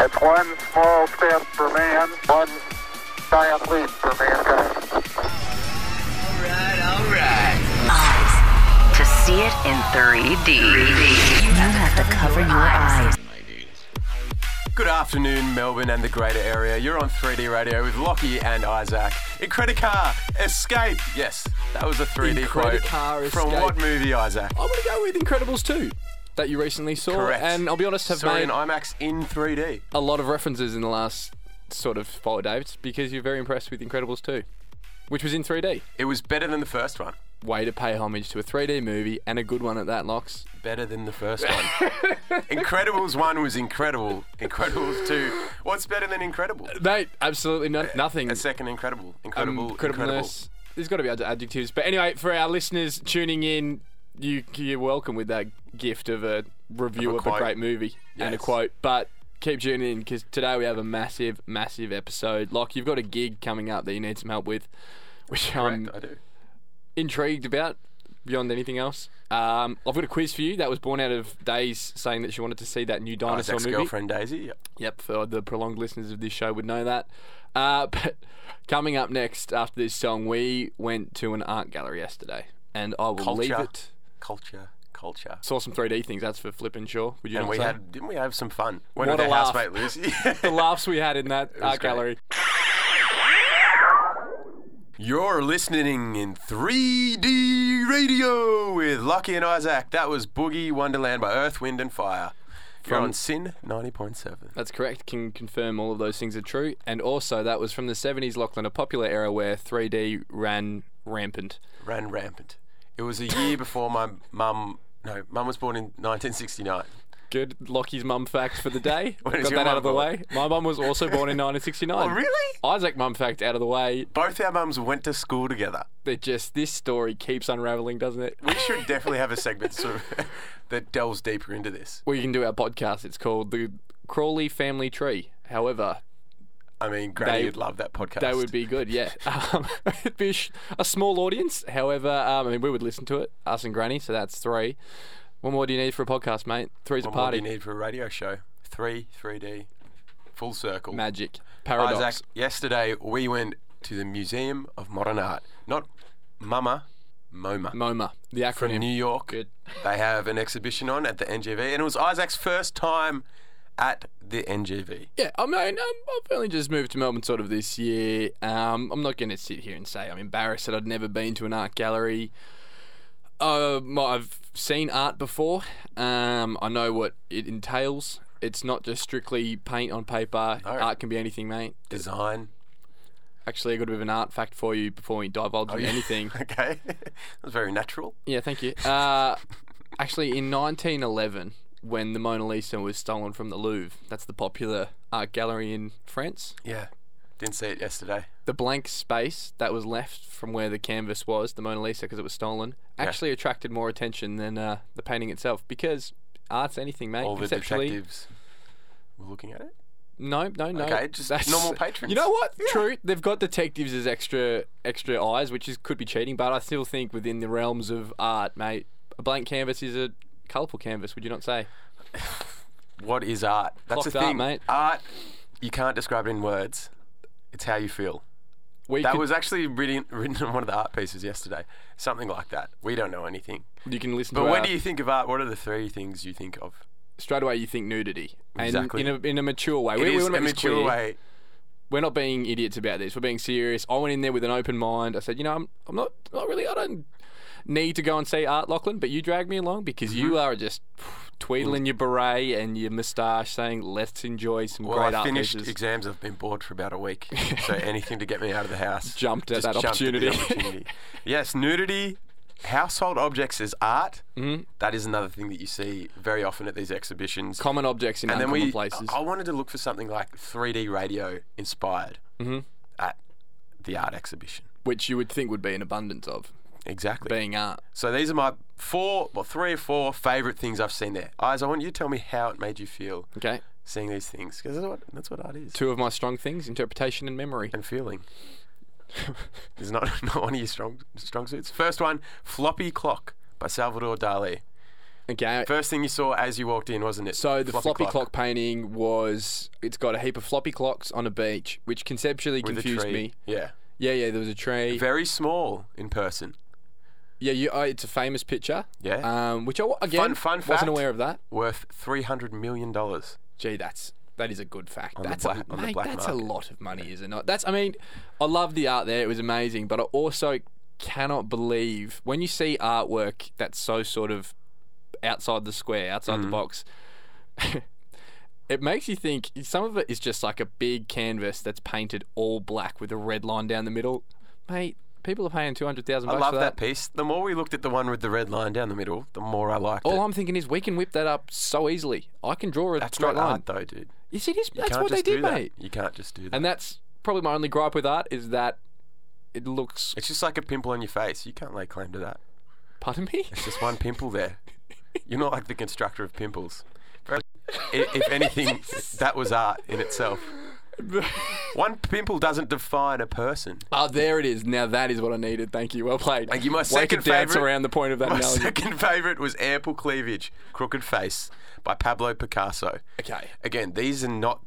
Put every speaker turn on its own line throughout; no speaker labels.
It's one small step for man, one giant leap for mankind.
To see it in 3D, you have to cover your eyes.
Good afternoon, Melbourne and the greater area. You're on 3D radio with Lockie and Isaac. Incredicar, Escape. Yes, that was a 3D quote.
Incredicar,
From
Escape.
what movie, Isaac?
I'm gonna go with Incredibles 2 that you recently saw,
Correct.
Oh, and I'll be honest, have
Saw it
made
in IMAX in 3D.
a lot of references in the last sort of follow Dave's because you're very impressed with Incredibles 2, which was in 3D.
It was better than the first one.
Way to pay homage to a 3D movie and a good one at that, Locks.
Better than the first one. Incredibles 1 was incredible. Incredibles 2. What's better than Incredible?
Mate, absolutely no- nothing.
A second Incredible.
Um,
Incredible. incredible.
incredibleness. There's got to be other adjectives, but anyway, for our listeners tuning in, you you're welcome with that gift of a review
Of a
of a,
quote.
great movie and a
Yes.
quote. But keep tuning in because today we have a massive, massive episode. Like you've got a gig coming up that you need some help with, which I'm
Correct, I do.
intrigued about. Beyond anything else, um, I've got a quiz for you that was born out of Days saying that she wanted to see that
Oh,
new dinosaur
Isaac's
movie.
girlfriend Daisy. Yep.
Yep, for the prolonged listeners of this show would know that. Uh, but coming up next after this song, we went to an art gallery yesterday, and I will leave
Culture.
it.
Culture. Culture.
Saw some 3D things. That's for flipping sure. Would you
And
not
we
say?
had didn't we have some fun? Went
What
with
a
our
laugh.
housemate Lucy.
the laughs we had in that
great.
art gallery.
You're listening in 3D radio with Lucky and Isaac. That was Boogie Wonderland by Earth, Wind and Fire. You're
From-
on Sin 90.7.
That's correct. Can confirm all of those things are true. And also, that was from the 70s, Lachlan, a popular era where 3D ran rampant.
Ran rampant. It was a year before my mum. No, mum was born in 1969.
Good Lockie's mum fact for the day.
When
Got
is your
that out of the
mum born?
way. My mum was also born in 1969.
Oh, really?
Isaac mum fact out of the way.
Both our mums went to school together.
It just this story keeps unraveling, doesn't it?
We should definitely have a segment sort of that delves deeper into this.
We can do our podcast. It's called the Crawley Family Tree. However,
I mean, Granny
They-
would love that podcast.
that would be good. Yeah, um, it'd be a, sh- a small audience. However, um, I mean, we would listen to it, us and Granny. So that's three. What more do you need for a podcast, mate? Three's
What
a
more do
party.
you need for a radio show? Three, 3D, full circle.
Magic paradox.
Isaac, yesterday we went to the Museum of Modern Art. Not MAMA, MoMA.
MoMA, the acronym.
From New York.
Good.
They have an exhibition on at the NGV, and it was Isaac's first time at the NGV.
Yeah, I mean, um, I've only just moved to Melbourne sort of this year. Um, I'm not going to sit here and say I'm embarrassed that I'd never been to an art gallery. Um, I've seen art before. Um, I know what it entails. It's not just strictly paint on paper.
No.
Art can be anything, mate.
Design.
Actually, I got a bit of an art fact for you before we divulge into anything.
okay. that was very natural.
Yeah, thank you. Uh, actually, in 1911, when the Mona Lisa was stolen from the Louvre, that's the popular art gallery in France.
Yeah. Didn't see it yesterday.
the blank space that was left from where the canvas was, the Mona Lisa, because it was stolen, actually attracted more attention than uh, the painting itself because art's anything, mate.
All the
Conceptually,
detectives were looking at it.
no, no, no.
Okay, just normal patrons.
You know what? True, they've got detectives as extra extra eyes, which is could be cheating, but I still think within the realms of art, mate, a blank canvas is a colourful canvas. Would you not say?
What is art? That's
Clocked
the
art,
thing.
mate.
Art, you can't describe it in words. It's how you feel.
We
That
could-
was actually written, written on one of the art pieces yesterday. Something like that. We don't know anything.
you can listen.
But
to
when
our-
do you think of art? What are the three things you think of?
straight away you think nudity? And
Exactly.
In a in a mature way.
It
we,
is
we wanna
a
make this
mature
clear.
way.
we're not being idiots about this. We're being serious. I went in there with an open mind. I said, you know, I'm, I'm not, not really, I don't need to go and see Art Lachlan, but you dragged me along because
Mm-hmm.
you are just tweedling your beret and your moustache saying, let's enjoy some
Well,
great
I
art
finished
pieces."
exams. I've been bored for about a week. so anything to get me out of the house.
Jumped at
Just
that
jumped at the
opportunity.
opportunity. yes, nudity, household objects is art. Mm-hmm. is another thing that you see very often at these exhibitions.
Common objects in
and then
uncommon
we, oh,
places.
I I wanted to look for something like 3D radio inspired
Mm-hmm.
at the art exhibition.
which you would think would be an abundance of,
Exactly.
being art.
So these are my four, well, three or four favourite things I've seen there. Eyes, I want you to tell me how it made you feel
Okay.
seeing these things, because that's what, that's what art is.
Two of my strong things interpretation and memory.
And feeling. is not not one of your strong strong suits. First one, Floppy Clock by Salvador Dali.
Okay.
First thing you saw as you walked in, wasn't it?
So the floppy, clock. painting was it's got a heap of floppy clocks on a beach, which conceptually
with a
confused
tree.
me.
Yeah.
Yeah, yeah, there was a tree.
Very small in person.
yeah, you, uh, it's a famous picture.
Yeah.
Um, which I wa- again
Fun- fun fact.
wasn't aware of that.
Worth three hundred million dollars.
Gee, that's that is a good fact.
the
that's
black-
a,
on the
mate,
black
that's
market.
a lot of money, is it not? That's I mean, I love the art there. It was amazing, but I also cannot believe when you see artwork that's so sort of outside the square, outside
Mm.
the box. It makes you think some of it is just like a big canvas that's painted all black with a red line down the middle. Mate, people are paying 200,000
I
bucks
love
for
that. piece. The more we looked at the one with the red line down the middle, the more I liked
All
it.
I'm thinking is we can whip that up so easily. I can draw a
That's
straight
not
line.
art, though, dude.
Yes, it is.
You
That's
can't
what they
just
did,
do that.
mate.
You can't just do that.
And that's probably my only gripe with art is that it looks.
it's just like a pimple on your face. You can't lay claim to that.
Pardon me.
It's just one pimple there. You're not like the constructor of pimples. Very- i- if anything, that was art in itself. One pimple doesn't define a person.
Oh, there it is. Now that is what I needed. Thank you. Well played.
Thank you. My
Way to
second
dance
favourite-
around the point of that
My
analogy.
second favourite was Ample Cleavage, Crooked Face by Pablo Picasso.
Okay.
Again, these are not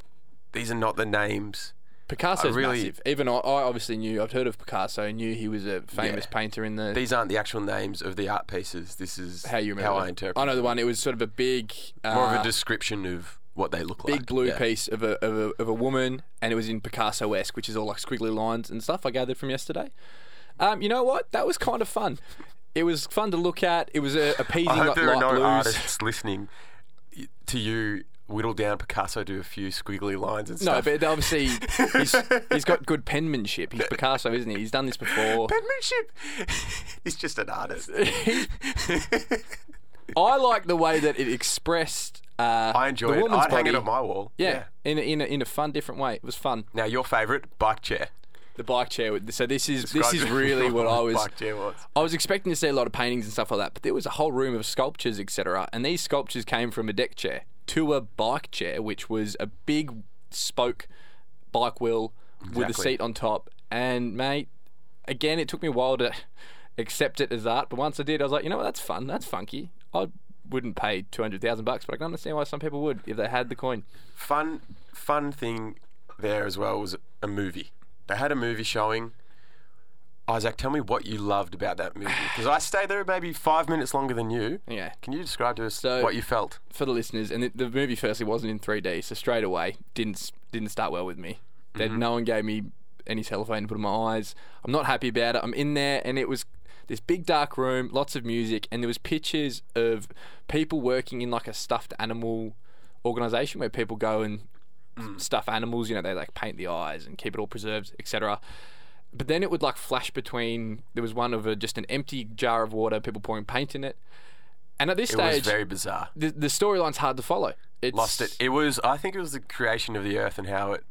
these are not the names.
Picasso's
I really-
massive. Even I, I obviously knew. I've heard of Picasso. I knew he was a famous painter in the.
These aren't the actual names of the art pieces. This is
how you remember?
how I
it.
interpret.
I know the one. It was sort of a big. Uh,
More of a description of what they look like.
Big blue
Yeah.
piece of a, of a of a woman, and it was in Picasso esque, which is all like squiggly lines and stuff. I gathered from yesterday. Um, you know what? That was kind of fun. It was fun to look at. It was a appeasing
I hope
like,
there are
light
no
blues.
artists listening to you whittle down Picasso to a few squiggly lines and
No,
stuff.
but obviously he's, he's got good penmanship. He's Picasso, isn't he? He's done this before.
penmanship. He's just an artist.
I like the way that it expressed. Uh,
I enjoy
the
it.
woman's
I'd hang it
body.
on my wall.
Yeah, in a, in a, in a fun, different way. It was fun.
Now your favourite bike chair.
The bike chair. with- So this is this
Describe
is really what I was.
Bike chair was.
I was expecting to see a lot of paintings and stuff like that, but there was a whole room of sculptures, etc. And these sculptures came from a deck chair to a bike chair, which was a big spoke bike wheel with a
Exactly.
seat on top. And mate, again, it took me a while to accept it as art, but once I did, I was like, you know what, that's fun, that's funky. I wouldn't pay two hundred thousand bucks, but I can understand why some people would if they had the coin.
Fun, fun thing there as well was a movie. They had a movie showing. Isaac, tell me what you loved about that movie because I stayed there maybe five minutes longer than you.
Yeah.
Can you describe to us
So-
what you felt?
for the listeners, and the, the movie firstly wasn't in 3D, so straight away didn't s- didn't start well with me. That
Mm-hmm.
no one gave me any cellophane to put in my eyes. I'm not happy about it. I'm in there, and it was this big dark room, lots of music, and there was pictures of people working in like a stuffed animal organization where people go and
Mm.
stuff animals. You know, they like paint the eyes and keep it all preserved, etc. But then it would like flash between. There was one of a, just an empty jar of water, people pouring paint in it. And at this
It
stage,
was very bizarre.
the, the storyline's hard to follow. It's,
lost it. It was, I think it was the creation of the earth and how it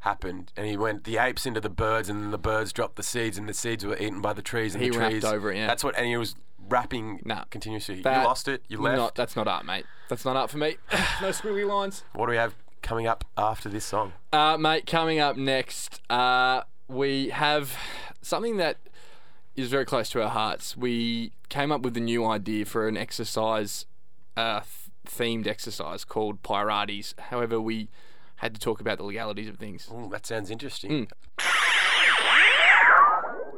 happened. And he went the apes into the birds, and then the birds dropped the seeds, and the seeds were eaten by the trees. And
He
the
rapped
trees.
over it, yeah.
That's what, and he was rapping
Nah.
continuously.
That-
you lost it. You left.
Not, that's not art, mate. That's not art for me. no squiggly lines.
what do we have coming up after this song?
Uh, mate, coming up next, uh, we have something that is very close to our hearts. We came up with a new idea for an exercise, uh, th- themed exercise called Pirates. However, we had to talk about the legalities of things.
Ooh, that sounds interesting.
Hmm.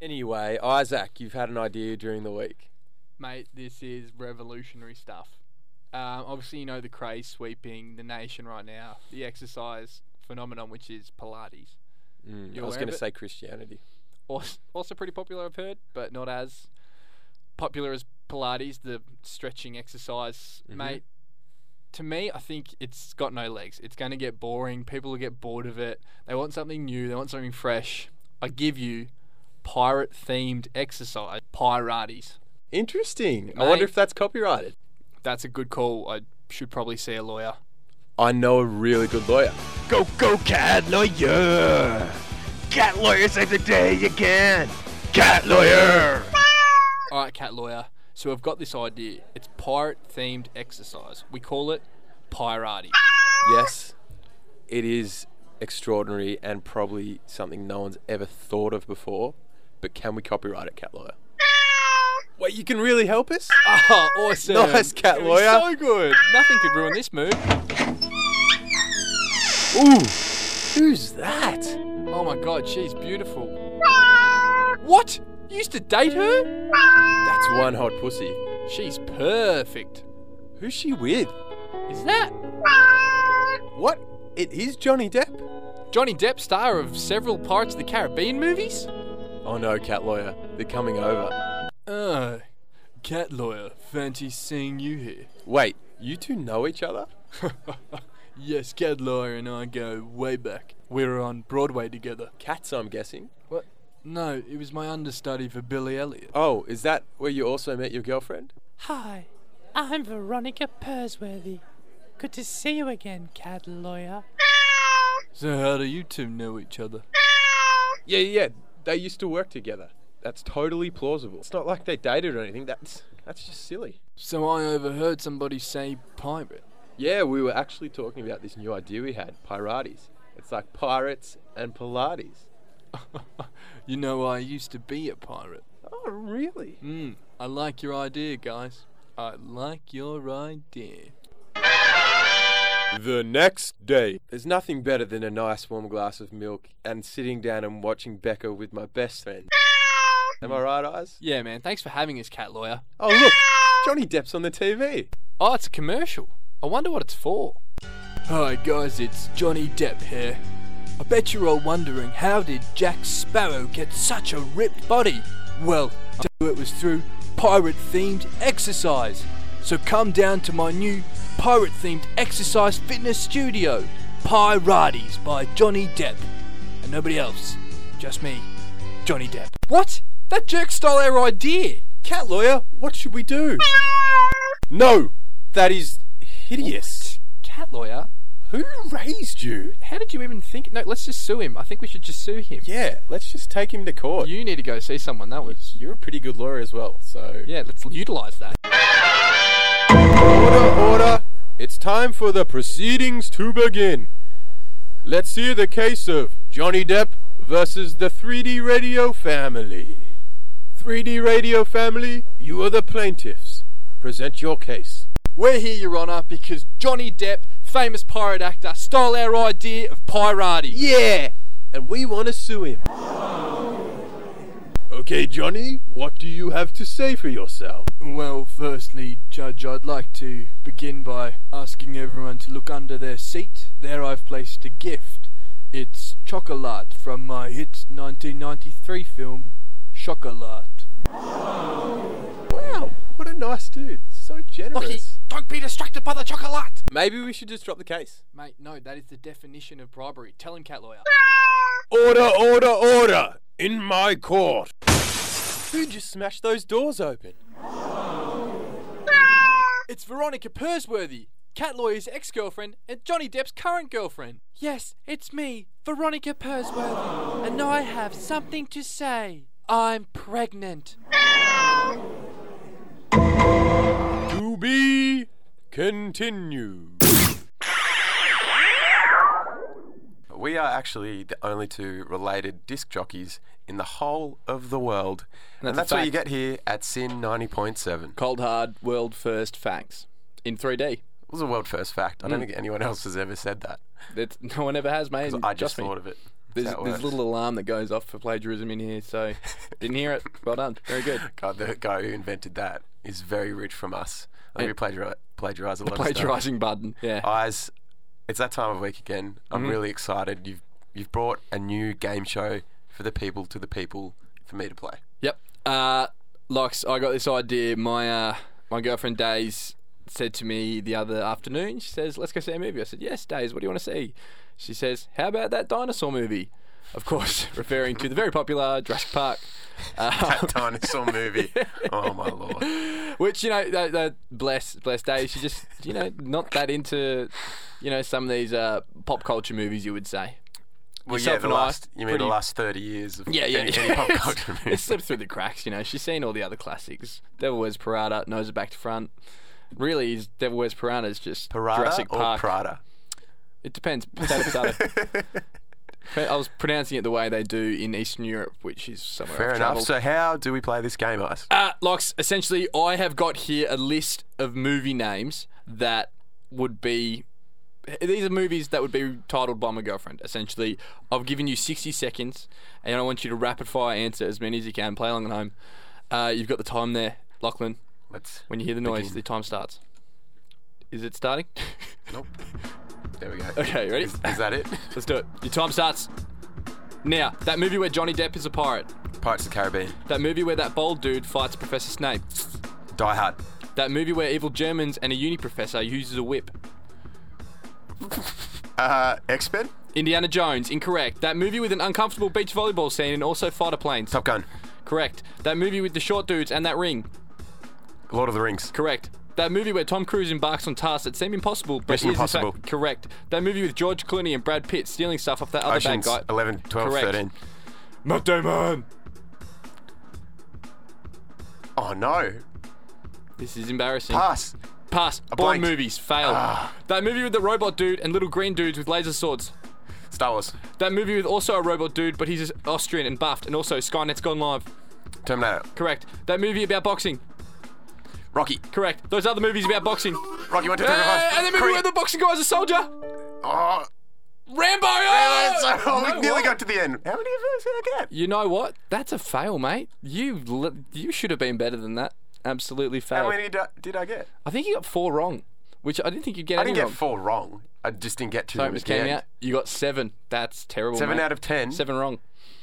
Anyway, Isaac, you've had an idea during the week.
mate, this is revolutionary stuff. Um, obviously, you know the craze sweeping the nation right now, the exercise phenomenon, which is Pilates.
Mm, I
You're
was
aware
going
of
to
it?
say Christianity.
Also, also pretty popular, I've heard, but not as popular as Pilates, the stretching exercise,
Mm-hmm.
mate. To me, I think it's got no legs. It's going to get boring. People will get bored of it. They want something new. They want something fresh. I give you pirate themed exercise, Pirates.
Interesting. I wonder
Mate.
if that's copyrighted.
That's a good call. I should probably see a lawyer.
I know a really good lawyer.
Go, go, cat lawyer! Cat lawyer save the day you can! Cat lawyer!
All right, cat lawyer. So we've got this idea. It's pirate themed exercise. We call it Pirati.
Yes, it is extraordinary and probably something no one's ever thought of before. But can we copyright it, cat lawyer?
Wait, you can really help us?
Oh, awesome.
Ah! Nice cat
It was
lawyer.
So good. Nothing could ruin this move.
Ooh, who's that?
Oh my god, she's beautiful. What? You used to date her?
That's one hot pussy.
She's perfect.
Who's she with?
Is that
What? It is Johnny Depp?
Johnny Depp, star of several Pirates of the Caribbean movies?
Oh no, cat lawyer. They're coming over.
Uh, cat lawyer, fancy seeing you here.
Wait, you two know each other?
Yes, cat lawyer and I go way back. We were on Broadway together.
Cats, I'm guessing.
What? No, it was my understudy for Billy Elliot.
Oh, is that where you also met your girlfriend?
Hi, I'm Veronica Persworthy. Good to see you again, cat lawyer.
So how do you two know each other?
Yeah, yeah. They used to work together. That's totally plausible. It's not like they dated or anything. That's that's just silly.
So I overheard somebody say pirate.
Yeah, we were actually talking about this new idea we had, Pirates. It's like pirates and Pilates.
You know, I used to be a pirate.
Oh, really?
Hmm, I like your idea, guys. I like your idea.
The next day. There's nothing better than a nice warm glass of milk and sitting down and watching Becca with my best friend. Am I right, Eyes?
Yeah, man, thanks for having us, cat lawyer.
Oh, look! Johnny Depp's on the TV.
Oh, it's a commercial. I wonder what it's for. Hi, guys, it's Johnny Depp here. I bet you're all wondering how did Jack Sparrow get such a ripped body? Well, I tell you it was through pirate themed exercise. So come down to my new pirate themed exercise fitness studio, Pirates by Johnny Depp. And nobody else, just me, Johnny Depp. What? That jerk stole our idea!
Cat lawyer, what should we do? No! That is hideous.
Cat lawyer,
Who raised you?
How did you even think? No, let's just sue him. I think we should just sue him.
Yeah, let's just take him to court.
You need to go see someone. That was
You're a pretty good lawyer as well, so.
yeah. Let's utilize that.
Order, order. It's time for the proceedings to begin. Let's hear the case of Johnny Depp versus the 3D Radio family. 3D Radio family, you are the plaintiffs. Present your case.
We're here, Your Honour, because Johnny Depp, famous pirate actor, stole our idea of pirating.
Yeah! And we want to sue him. Okay, Johnny, what do you have to say for yourself?
Well, firstly, Judge, I'd like to begin by asking everyone to look under their seat. There I've placed a gift. It's chocolate from my hit 1993 film, Chocolate.
Wow, what a nice dude. So generous.
don't be distracted by the chocolate!
Maybe we should just drop the case.
Mate, no, that is the definition of bribery. Tell him, cat lawyer.
Order, order, order! In my court! Who just smashed those doors open?
It's Veronica Persworthy, Cat Lawyer's ex girlfriend and Johnny Depp's current girlfriend.
Yes, it's me, Veronica Persworthy, and I have something to say. I'm pregnant.
To be continued.
We are actually the only two related disc jockeys in the whole of the world. and
that's
that's
a
what you
fact.
get here at Sin 90.7. It
Cold hard world first facts in 3D.
was a world first fact. I don't think anyone else has ever said that.
That's, no one ever has, mate. Mm. and
I just
trust me,
thought of it.
There's,
That's how it
there's a
works.
little alarm that goes off for plagiarism in here, so didn't hear it. Well done. Very good.
God, the guy who invented that is very rich from us. I think we plagiarize, plagiarize a lot of stuff.
Plagiarizing button. Yeah. Mm-hmm.
Eyes, it's that time of week again. I'm really excited. You've you've brought a new game show for the people to the people for me to play.
Yep. Uh, Lux, I got this idea. My uh, my girlfriend Days said to me the other afternoon. She says, "Let's go see a movie." I said, "Yes, Days. What do you want to see?" She says, "How about that dinosaur movie?" Of course, referring to the very popular Jurassic Park. Uh,
That dinosaur movie. Oh my lord.
which you know, that, that bless bless Days. She just you know not that into you know some of these uh, pop culture movies. You would say.
Well, yeah,
Yourself
the
and I,
last you mean the
pretty-
last thirty years of
Yeah, yeah,
any,
yeah.
any pop
It's-
culture movie.
It slipped through the cracks, you know. She's seen all the other classics. Devil Wears Prada, Nose It Back to Front. Really, is Devil Wears Prada is just
Parada
Jurassic
or
Park.
Prada?
It depends. Potato, potato.
I was pronouncing it the way they do in Eastern Europe, which is somewhere
Fair
I've
enough.
travelled.
So how do we play this game, Ice?
Uh, Locks, essentially, I have got here a list of movie names that would be. These are movies that would be titled by my girlfriend, essentially. I've given you 60 seconds, and I want you to rapid fire answer as many as you can. Play along at home. Uh, you've got the time there, Lachlan.
Let's.
When you hear the noise,
begin.
the time starts. Is it starting?
Nope. There we go.
Okay, ready?
Is, is that it?
Let's do it. Your time starts now. That movie where Johnny Depp is a pirate.
Pirates of the Caribbean.
That movie where that bald dude fights Professor Snape.
Die Hard.
That movie where evil Germans and a uni professor uses a whip.
Uh, X Men.
Indiana Jones, incorrect. That movie with an uncomfortable beach volleyball scene and also fighter planes.
Top Gun.
Correct. That movie with the short dudes and that ring.
Lord of the Rings.
Correct. That movie where Tom Cruise embarks on tasks that seem impossible, but
Mission
is in fact-
Impossible.
correct. That movie with George Clooney and Brad Pitt stealing stuff off that other
Oceans.
bad guy.
11, 12,
Correct.
13.
Matt Damon.
Oh no.
This is embarrassing.
Pass.
Pass. Born
blanked.
movies. Fail.
Ah.
That movie with the robot dude and little green dudes with laser swords.
Star Wars.
That movie with also a robot dude, but he's Austrian and buffed, and also Skynet's gone live.
Terminator.
Correct. That movie about boxing.
Rocky.
Correct. Those other movies about boxing.
Rocky one two three four
Hey,
five.
and the movie
Creed.
where the boxing guy's a soldier.
Oh,
Rambo.
that's-
Oh!
oh, we
You know
nearly
what?
got to the end. How many of those did I get?
You know what? That's a fail, mate. You li- you should have been better than that. Absolutely
How
failed.
many did I, did I get?
I think you got four wrong, which I didn't think you'd get
I
any
didn't get
wrong.
four wrong. I just didn't get two.
Sorry, it just came out. You got seven. That's terrible.
Seven
mate.
out of ten.
Seven wrong.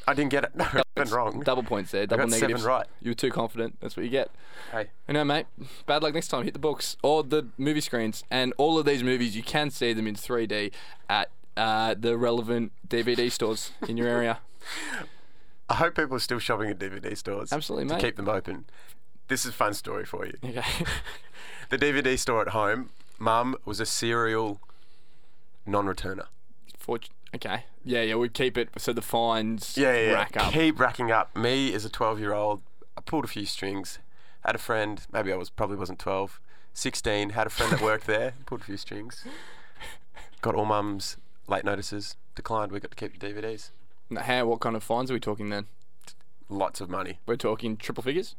I didn't get it. No, seven wrong.
Double points there. Double
got seven
negatives.
right.
You were too confident. That's what you get.
Hey,
You know, mate. Bad luck next time. Hit the books or the movie screens. And all of these movies, you can see them in 3D at uh, the relevant DVD stores in your area.
I hope people are still shopping at DVD stores.
Absolutely,
to
mate.
keep them open. This is a fun story for you.
Okay.
The DVD store at home. Mum was a serial non-returner.
Fortune. Okay. Yeah, yeah. We keep it so the fines
Yeah, yeah, yeah.
rack up.
Keep racking up. Me as a 12 year old, I pulled a few strings. Had a friend, maybe I was probably wasn't 12, 16. Had a friend that worked there, pulled a few strings. Got all mum's late notices declined. We got to keep the DVDs.
Now, How? What kind of fines are we talking then?
Lots of money,
We're talking triple figures.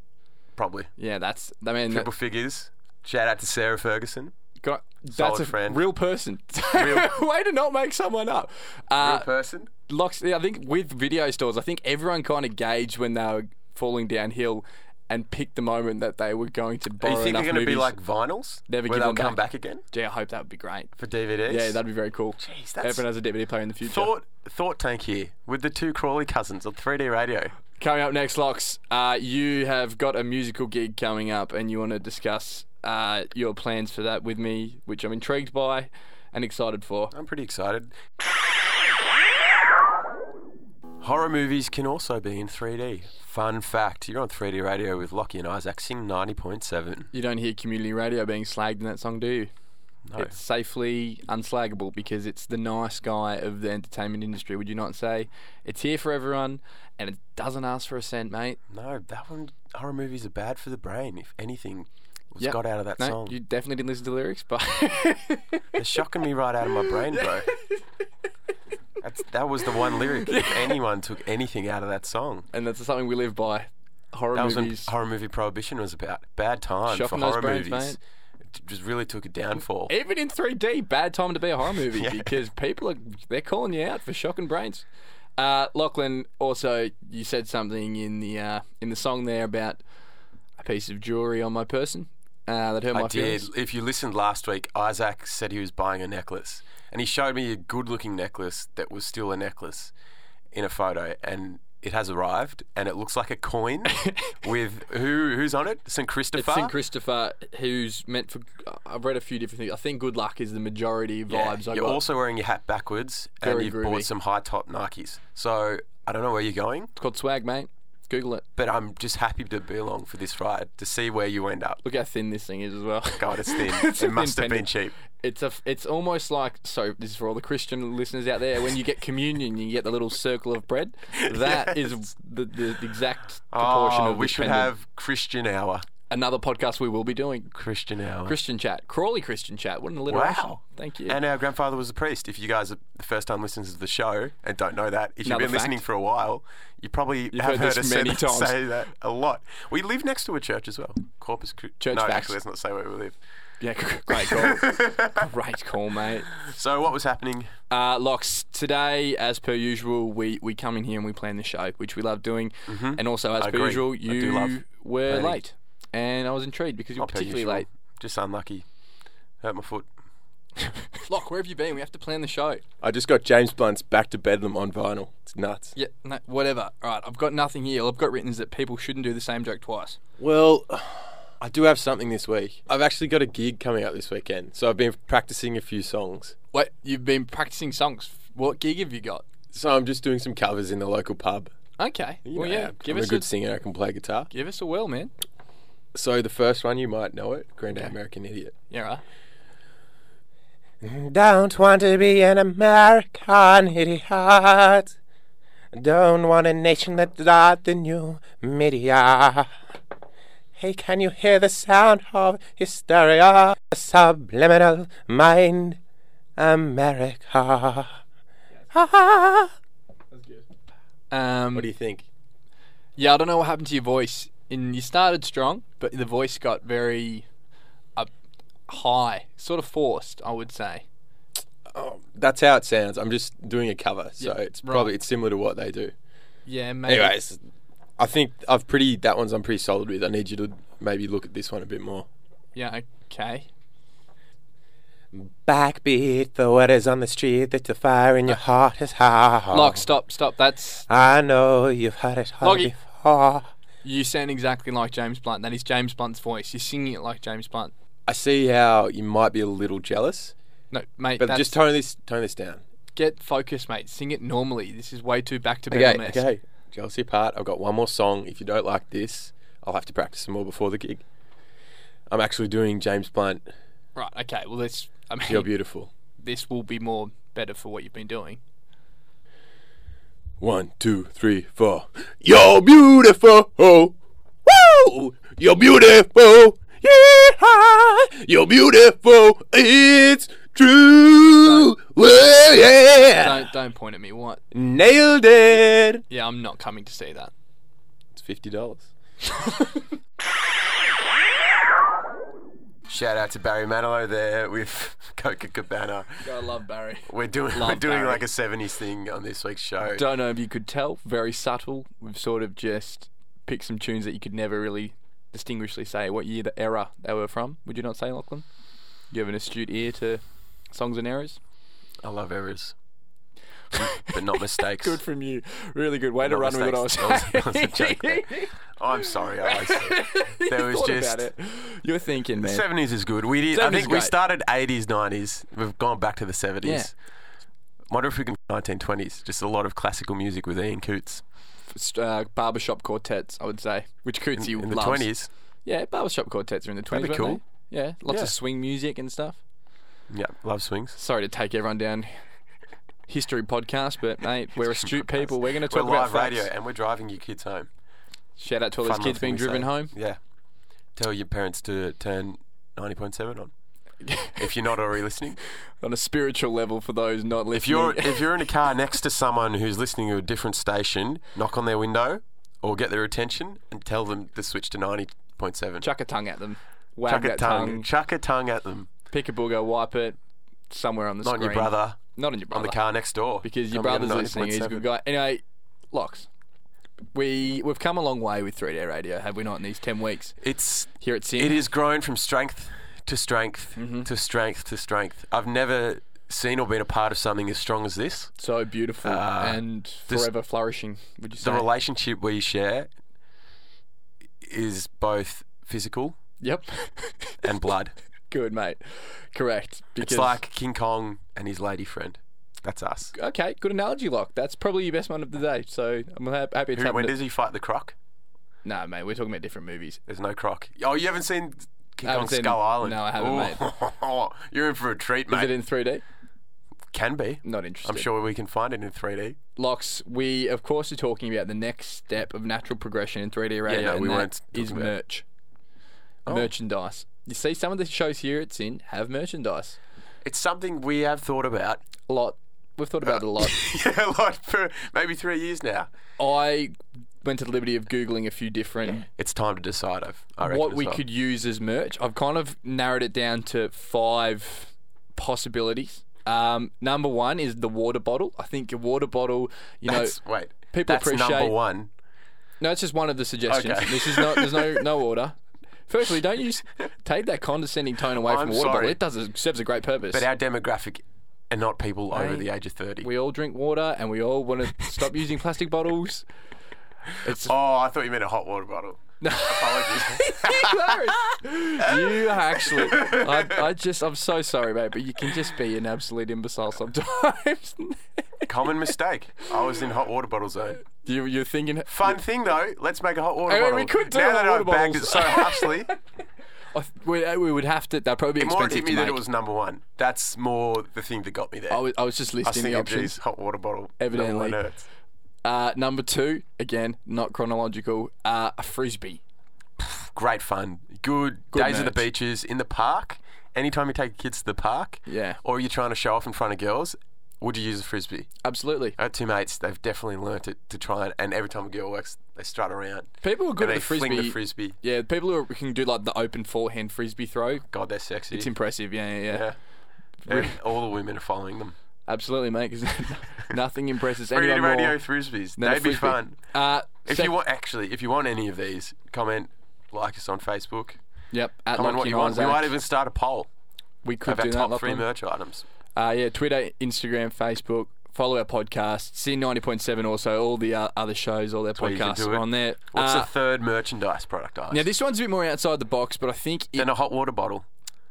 probably.
Yeah, that's. I mean, that-
Triple figures. Shout out to Sarah Ferguson.
God, that's
Solid
a
friend.
real person.
Real-
Way to not make someone up. Uh,
Real person.
Locks, yeah, I think with video stores, I think everyone kind of gauged when they were falling downhill and picked the moment that they were going to
Do
borrow
you think they're
enough
going to
movies.
be like vinyls?
Never
where
give
they'll
them
come
back.
back again
Gee, I hope that would be great.
for DVDs?
Yeah, that'd be very cool.
Jeez, that's-
Everyone has a DVD player in the future.
Thought, thought tank here with the two Crawley cousins on 3D radio.
Coming up next, Locks, uh, you have got a musical gig coming up and you want to discuss uh, your plans for that with me, which I'm intrigued by and excited for.
I'm pretty excited. Horror movies can also be in 3D. Fun fact you're on 3D radio with Lockie and Isaac, sing 90.7.
You don't hear community radio being slagged in that song, do you?
No.
It's safely unslaggable because it's the nice guy of the entertainment industry, would you not say? It's here for everyone and it doesn't ask for a cent, mate.
no, that one, horror movies are bad for the brain, if anything was
Yep.
got out of that
No,
song.
you definitely didn't listen to the lyrics, but
They're shocking me right out of my brain, bro. That's, that was the one lyric. If anyone took anything out of that song,
and that's something we live by. Horror
that was when
movies.
horror movie prohibition was about. Bad time
Shocking
for
those
horror
brains, mate.
movies. It just really took a downfall.
Even in 3D, bad time to be a horror movie because people are they're calling you out for shocking brains. Uh, Lachlan, also you said something in the uh, in the song there about a piece of jewelry on my person uh, that hurt my
I did.
feelings.
If you listened last week, Isaac said he was buying a necklace, and he showed me a good-looking necklace that was still a necklace in a photo, and it has arrived, and it looks like a coin with who who's on it? St. Christopher.
St. Christopher, who's meant for. I've read a few different things. I think good luck is the majority
Yeah.
vibes I
You're
got.
also wearing your hat backwards, and
Very
you've
groovy.
bought some high-top Nikes. So I don't know where you're going,
it's called swag, mate. Google it.
but I'm just happy to be along for this ride to see where you end up.
Look how thin this thing is as well.
God, it's thin.
It's a
it must
thin
have been
pendant.
cheap.
It's a. It's almost like. So this is for all the Christian listeners out there. When you get communion, you get the little circle of bread. That is the, the, the exact proportion
oh,
of
we
this
should
pendant.
have Christian hour.
another podcast we will be doing.
Christian hour.
Christian chat, Crawley Christian chat. What an alliteration!
Wow.
Thank you.
And our grandfather was a priest. If you guys are the first time listeners of the show and don't know that, if you've
Another
been listening
fact.
for a while, you probably have
heard
heard
this
us
many
say, that,
times.
say that a lot. We live next to a church as well, Corpus Cru-
Church
No,
facts.
actually, let's not say where we live.
yeah, great call, great call, mate.
So what was happening?
Uh, Locks, today, as per usual, we, we come in here and we plan the show, which we love doing. And also, as
Mm-hmm. I
per
agree.
usual,
I do love
you were
planning.
late. And I was intrigued because you were
Not per
particularly
usual.
late.
Just unlucky. Hurt my foot.
Lock, where have you been? We have to plan the show.
I just got James Blunt's Back to Bedlam on vinyl. It's nuts.
Yeah, no, whatever. All right, I've got nothing here. All I've got written is that people shouldn't do the same joke twice.
Well, I do have something this week. I've actually got a gig coming up this weekend, so I've been practicing a few songs.
Wait, you've been practicing songs. What gig have you got?
So I'm just doing some covers in the local pub.
Okay.
You
well,
know,
yeah,
I'm
give
a
us a,
good singer. I can play guitar.
give us a whirl, man.
So the first one you might know it, Grand American Idiot.
Yeah, right.
Don't want to be an American idiot. Don't want a nation that's not the new media. Hey, can you hear the sound of hysteria? The subliminal mind, America. Ah.
Um,
What do you think?
Yeah, I don't know what happened to your voice. And you started strong, but the voice got very up high, sort of forced, I would say.
That's how it sounds. I'm just doing a cover, so it's probably it's similar to what they do.
Yeah, maybe.
Anyways, I think I've pretty that one's I'm pretty solid with. I need you to maybe look at this one a bit more.
Yeah, okay.
Backbeat, the word is on the street that the fire in your heart is hot.
Lock, stop, stop. That's
I know you've heard it all
Lockie.
before.
you sound exactly like James Blunt. That is James Blunt's voice. You're singing it like James Blunt.
I see how you might be a little jealous,
No, mate.
but
that's-
just tone this tone this down.
get focused, mate. Sing it normally. This is way too back to back.
Okay, okay. Jealousy apart. I've got one more song. If you don't like this, I'll have to practice some more before the gig. I'm actually doing James Blunt.
Right. Okay. Well, this. I mean,
You're beautiful.
this will be more better for what you've been doing.
One, two, three, four. You're beautiful. Woo! You're beautiful. Yeah. You're beautiful. It's true. Whoa, yeah.
Don't don't point at me. What?
Nailed it.
Yeah, I'm not coming to see that.
It's fifty dollars.
Shout out to Barry Manilow there with Coca Cabana.
I love Barry.
We're doing
Love
we're doing
Barry.
like a seventies thing on this week's show.
Don't know if you could tell. Very subtle. We've sort of just picked some tunes that you could never really distinguishly say what year the era they were from. Would you not say, Lachlan? You have an astute ear to songs and eras.
I love errors. but not mistakes.
Good from you. Really good way to
Not
run with what I was
mistakes. That was- that was a
saying.
joke there. I'm sorry, I wasted it. There was
Thought
just
about it. You're thinking, man.
seventies is good. We did I
70s
think we
great.
started eighties, nineties. We've gone back to the seventies. Wonder if we can nineteen twenties. Just a lot of classical music with Ian Coots
St- uh, barbershop quartets, I would say, which Cootsy
in the
loves.
twenties.
Yeah, barbershop quartets are in the 20s.
That'd be
weren't
cool.
they? Yeah, lots
Yeah.
of swing music and stuff.
Yeah, love swings.
Sorry to take everyone down history podcast, but mate, we're astute people. We're going to
We're
talk about
live
facts.
radio and we're driving you kids home.
Shout out to all
Fun
those
eh?
kids
little
being
thing to
driven
say.
home.
Yeah. Tell your parents to turn 90.7 on. if you're not already listening.
On a spiritual level, for those not listening,
If you're if you're in a car next to someone who's listening to a different station, knock on their window or get their attention and tell them to switch to 90.7.
chuck a tongue at them, wag
Chuck a
that
tongue.
tongue,
Chuck a tongue at them.
pick a booger, wipe it somewhere on the
Not on
screen.
your brother.
Not on your brother.
On the car next door.
because your
Tell me I'm
brother's listening. He's a
90.7.
good guy. Anyway, locks. We we've come a long way with three day radio, have we not? In these ten weeks
It's
here at Sin.
It is grown from strength to strength
Mm-hmm.
to strength to strength. I've never seen or been a part of something as strong as this.
so beautiful
Uh,
and
this-
forever flourishing. Would you say?
the relationship we share is both physical
yep.
and blood.
Good mate. Correct. Because,
it's like King Kong and his lady friend. That's us.
okay, good analogy, Lock. That's probably your best one of the day. So I'm ha- happy to
Who,
have
when
it.
does he fight the croc?
Nah, mate, we're talking about different movies.
There's no croc. Oh, you haven't seen King
I haven't
Kong
seen-
Skull Island?
no, I haven't,
Ooh. You're in for a treat,
Is
mate.
it in 3D?
Can be.
Not interested.
I'm sure we can find it in 3D.
Locks, we of course are talking about the next step of natural progression in 3D radio.
no,
and
we
that
weren't
Is
talking about- Oh.
merch. merchandise. You see, some of the shows here it's in have merchandise.
It's something we have thought about
A lot. We've thought about it a lot.
yeah, like for maybe three years now.
I went to the liberty of googling a few different
It's time to decide. I've, I reckon
what
as
we
well.
could use as merch. I've kind of narrowed it down to five possibilities. Um, number one is the water bottle. I think a water bottle, you
That's,
know,
wait,
uh, people
that's
appreciate-
number one.
no, it's just one of the suggestions.
Okay.
This is no, there's no no order. Firstly, don't use take that condescending tone away
I'm
from a water
sorry.
bottle. It does it serves a great purpose.
But our demographic are not people over
Mate,
the age of thirty.
we all drink water and we all want to stop using plastic bottles. It's
oh, I thought you meant a hot water bottle. Apologies.
you actually. I, I just, I'm so sorry, mate, but you can just be an absolute imbecile sometimes.
Common mistake. I was in hot water bottle zone.
you, you're thinking.
Fun thing though, let's make a hot water
I mean,
bottle.
we could do
now
hot
that
water
I've bagged it
bottles.
so harshly.
I th- we, we would have to. That'd probably be
It more it
expensive
hit me
to
that it
make.
was number one. That's more the thing that got me there.
I was, I was just
I was
listing the
thinking,
options.
geez, hot water bottle.
Evidently.
Number one hurts.
Uh, number two, again, not chronological. Uh, a frisbee.
Great fun. Good, days at the
nerds.
beaches, in the park. Anytime you take kids to the park,
Yeah.
or you're trying to show off in front of girls, would you use a frisbee?
Absolutely.
I had two mates, they've definitely learnt it to try and, and every time a girl works, they strut around.
People who are good
and
at
they
the frisbee.
fling the frisbee.
Yeah, people who are, who can do like the open forehand frisbee throw.
God, they're sexy.
It's impressive. Yeah, yeah, yeah.
Yeah. And all the women are following them.
Absolutely, mate. 'cause nothing impresses
We
anyone
need radio
more
frisbees.
than a
That'd be
frisbee.
fun.
Uh,
If
sec-
you want, actually, if you want any of these, comment, like us on Facebook.
yep. At
Comment what
Lachlan
you want. We
Isaac.
might even start a poll
We could
of our
do
top
that.
three
Lachlan.
merch items.
Uh, yeah, Twitter, Instagram, Facebook. Follow our podcast, C90.7 also, all the uh, other shows, all their
where you can
podcasts
do
are
it.
on there.
What's
uh,
the third merchandise product item?
now, this one's a bit more outside the box, but I think it,
Then a hot water bottle.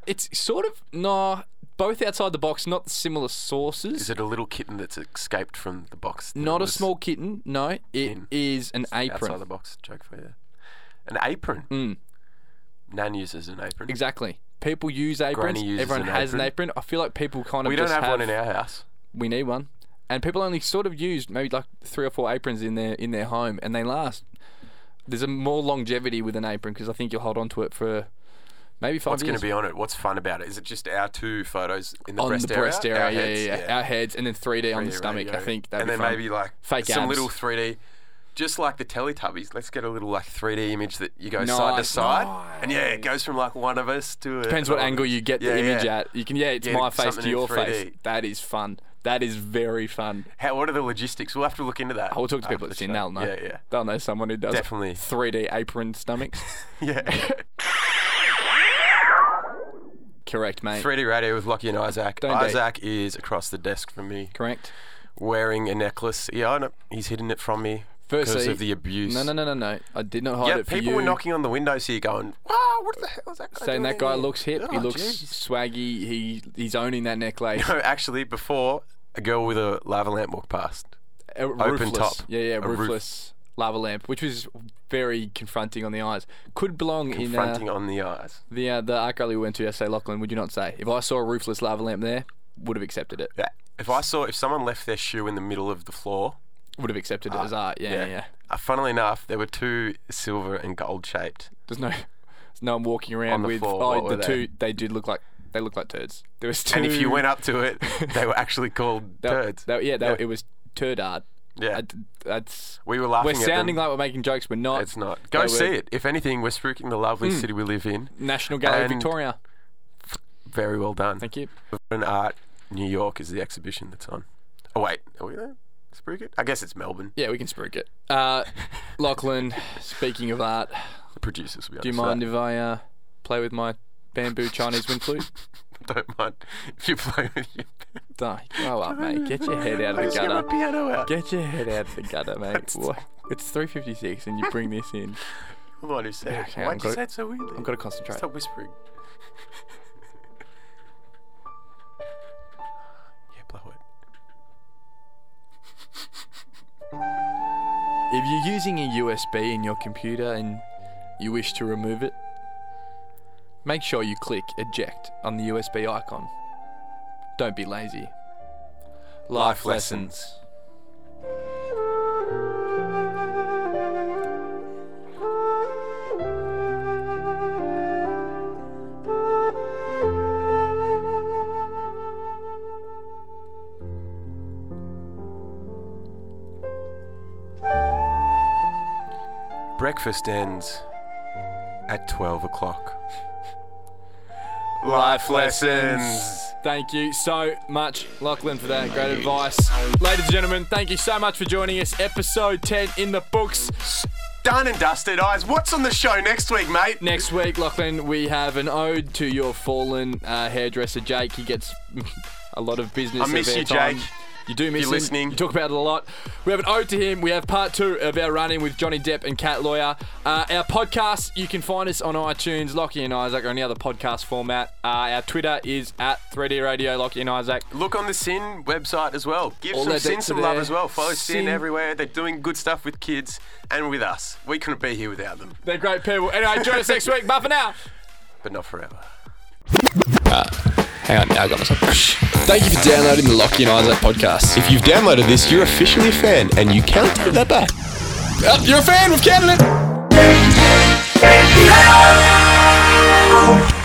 it's sort of, no, both outside the box, not similar sources.
Is it a little kitten that's escaped from the box? that
not a
was
small kitten, no. It is
in-
an
outside the
apron.
box joke for you. An apron.
Mm.
Nan uses an apron.
Exactly. People use aprons.
uses
Everyone
an
has an
apron.
apron. I feel like people kind of
We don't
just
have, one in our house.
we need one. And people only sort of use maybe like three or four aprons in their in their home, and they last. There's a more longevity with an apron because I think you'll hold on to it for maybe five
What's going
years.
to be on it? What's fun about it? Is it just our two photos in the
on
breast
the
area?
breast area,
Our
yeah,
heads?
yeah, yeah, Our heads, and then 3D on the
Yeah,
stomach.
radio.
I think that'd
and
be
then
fun.
maybe like
Fake
some
abs.
little 3D, just like the Teletubbies. Let's get a little like 3D image that you go side to
Nice.
side, and yeah, it goes from like one of us to
depends what angle you get the image
yeah.
at. You can yeah, it's
Yeah,
my face
something
to
in
your face.
3D.
That is fun. That is very fun.
How? What are the logistics? We'll have to look into that.
I will Oh, talk to people
after
that's
the
in.
show.
They'll know.
Ah, Yeah, yeah,
They'll know someone who does
Definitely.
3D apron stomachs.
yeah.
Correct, mate.
3D radio with Lockie and Isaac.
Don't date.
Isaac is across the desk from me,
Correct.
wearing a necklace. Yeah, I know. he's hidden it from me because
Firstly-
of the abuse.
No, no, no, no, no. I did not hide
Yeah,
it for
people
you.
were knocking on the windows here, going, "Wow, what the hell is that guy
saying
doing
that
in
guy
here?"
looks hip. he
Oh,
looks
jeez.
swaggy. He he's owning that necklace. Uh,
No, actually, before a girl with a lava lamp walked past.
A roofless.
top.
Yeah, yeah,
A roof-
roofless lava lamp, which was very confronting on the eyes. Could belong in
Confronting
uh,
on the eyes.
the uh, the art gallery we went to yesterday, Lachlan. Would you not say? If I saw a roofless lava lamp there, would have accepted it.
Yeah. If I saw if someone left their shoe in the middle of the floor,
Would have accepted it as art. Yeah, yeah.
Ah, yeah. uh, funnily enough, there were two silver and gold shaped.
There's no there's no one walking
On
around
the
with
floor,
oh
what
the
were they?
two they did look like they look like turds. There was two.
And if you went up to it, they were actually called
that,
turds.
that- yeah, that, uh,
Yeah.
it was turd art.
yeah.
I- that's
we were laughing
we're
at
sounding
them.
like we're making jokes. We're not. Hmm.
it's not. Go
They were-
see it. If anything, we're spruiking the lovely city we live in.
National Gallery of
And-
Victoria.
Very well done.
Thank you.
Melbourne Art New York is the exhibition that's on. Oh wait, are we there? Spruik it? I guess it's Melbourne.
Yeah, we can spruik it. Uh, Lachlan, speaking of art,
The producers will be
do you mind if I uh, play with my bamboo Chinese wind flute?
Don't mind if you play with your
Duh, grow up, mate. Get your head out
I
of
just
the
get my
gutter.
piano out.
Get your head out of the gutter, mate. What? It's 3.56 and you bring this in.
Hold on, who said it?
okay, I've
Why'd you
got
say
it-
it so weirdly?
I've got to concentrate.
Stop whispering. yeah, blow it.
If you're using a USB in your computer and you wish to remove it, make sure you click eject on the USB icon. Don't be lazy.
Life lessons.
lessons.
Breakfast ends at 12 o'clock. Life lessons.
Thank you so much, Lachlan, for that great advice. Ladies and gentlemen, thank you so much for joining us. Episode 10 in the books.
Done and dusted, eyes. What's on the show next week, mate?
Next week, Lachlan, we have an ode to your fallen uh, hairdresser, Jake. He gets a lot of business.
I miss
of
you,
airtime.
Jake.
You do miss
You're
him.
listening.
You talk about it a lot. We have an ode to him. We have part two of our run in with Johnny Depp and Cat Lawyer. Uh, our podcast, you can find us on iTunes, Lockie and Isaac, or any other podcast format. Uh, our Twitter is at 3D Radio, Lockie and Isaac.
Look on the Sin website as well. Give
All
some
their
Sin
dates
some
are
love
there.
as well. Follow Sin
Sin.
everywhere. They're doing good stuff with kids and with us. We couldn't be here without them,
They're great people. Anyway, join us next week. Bye for now.
but not forever.
Hang on, now I got myself. Thank you for downloading the Lockie and Isaac podcast. If
You've downloaded this, you're officially a fan, and you can't take that back.
Oh, you're a fan, we've counted it.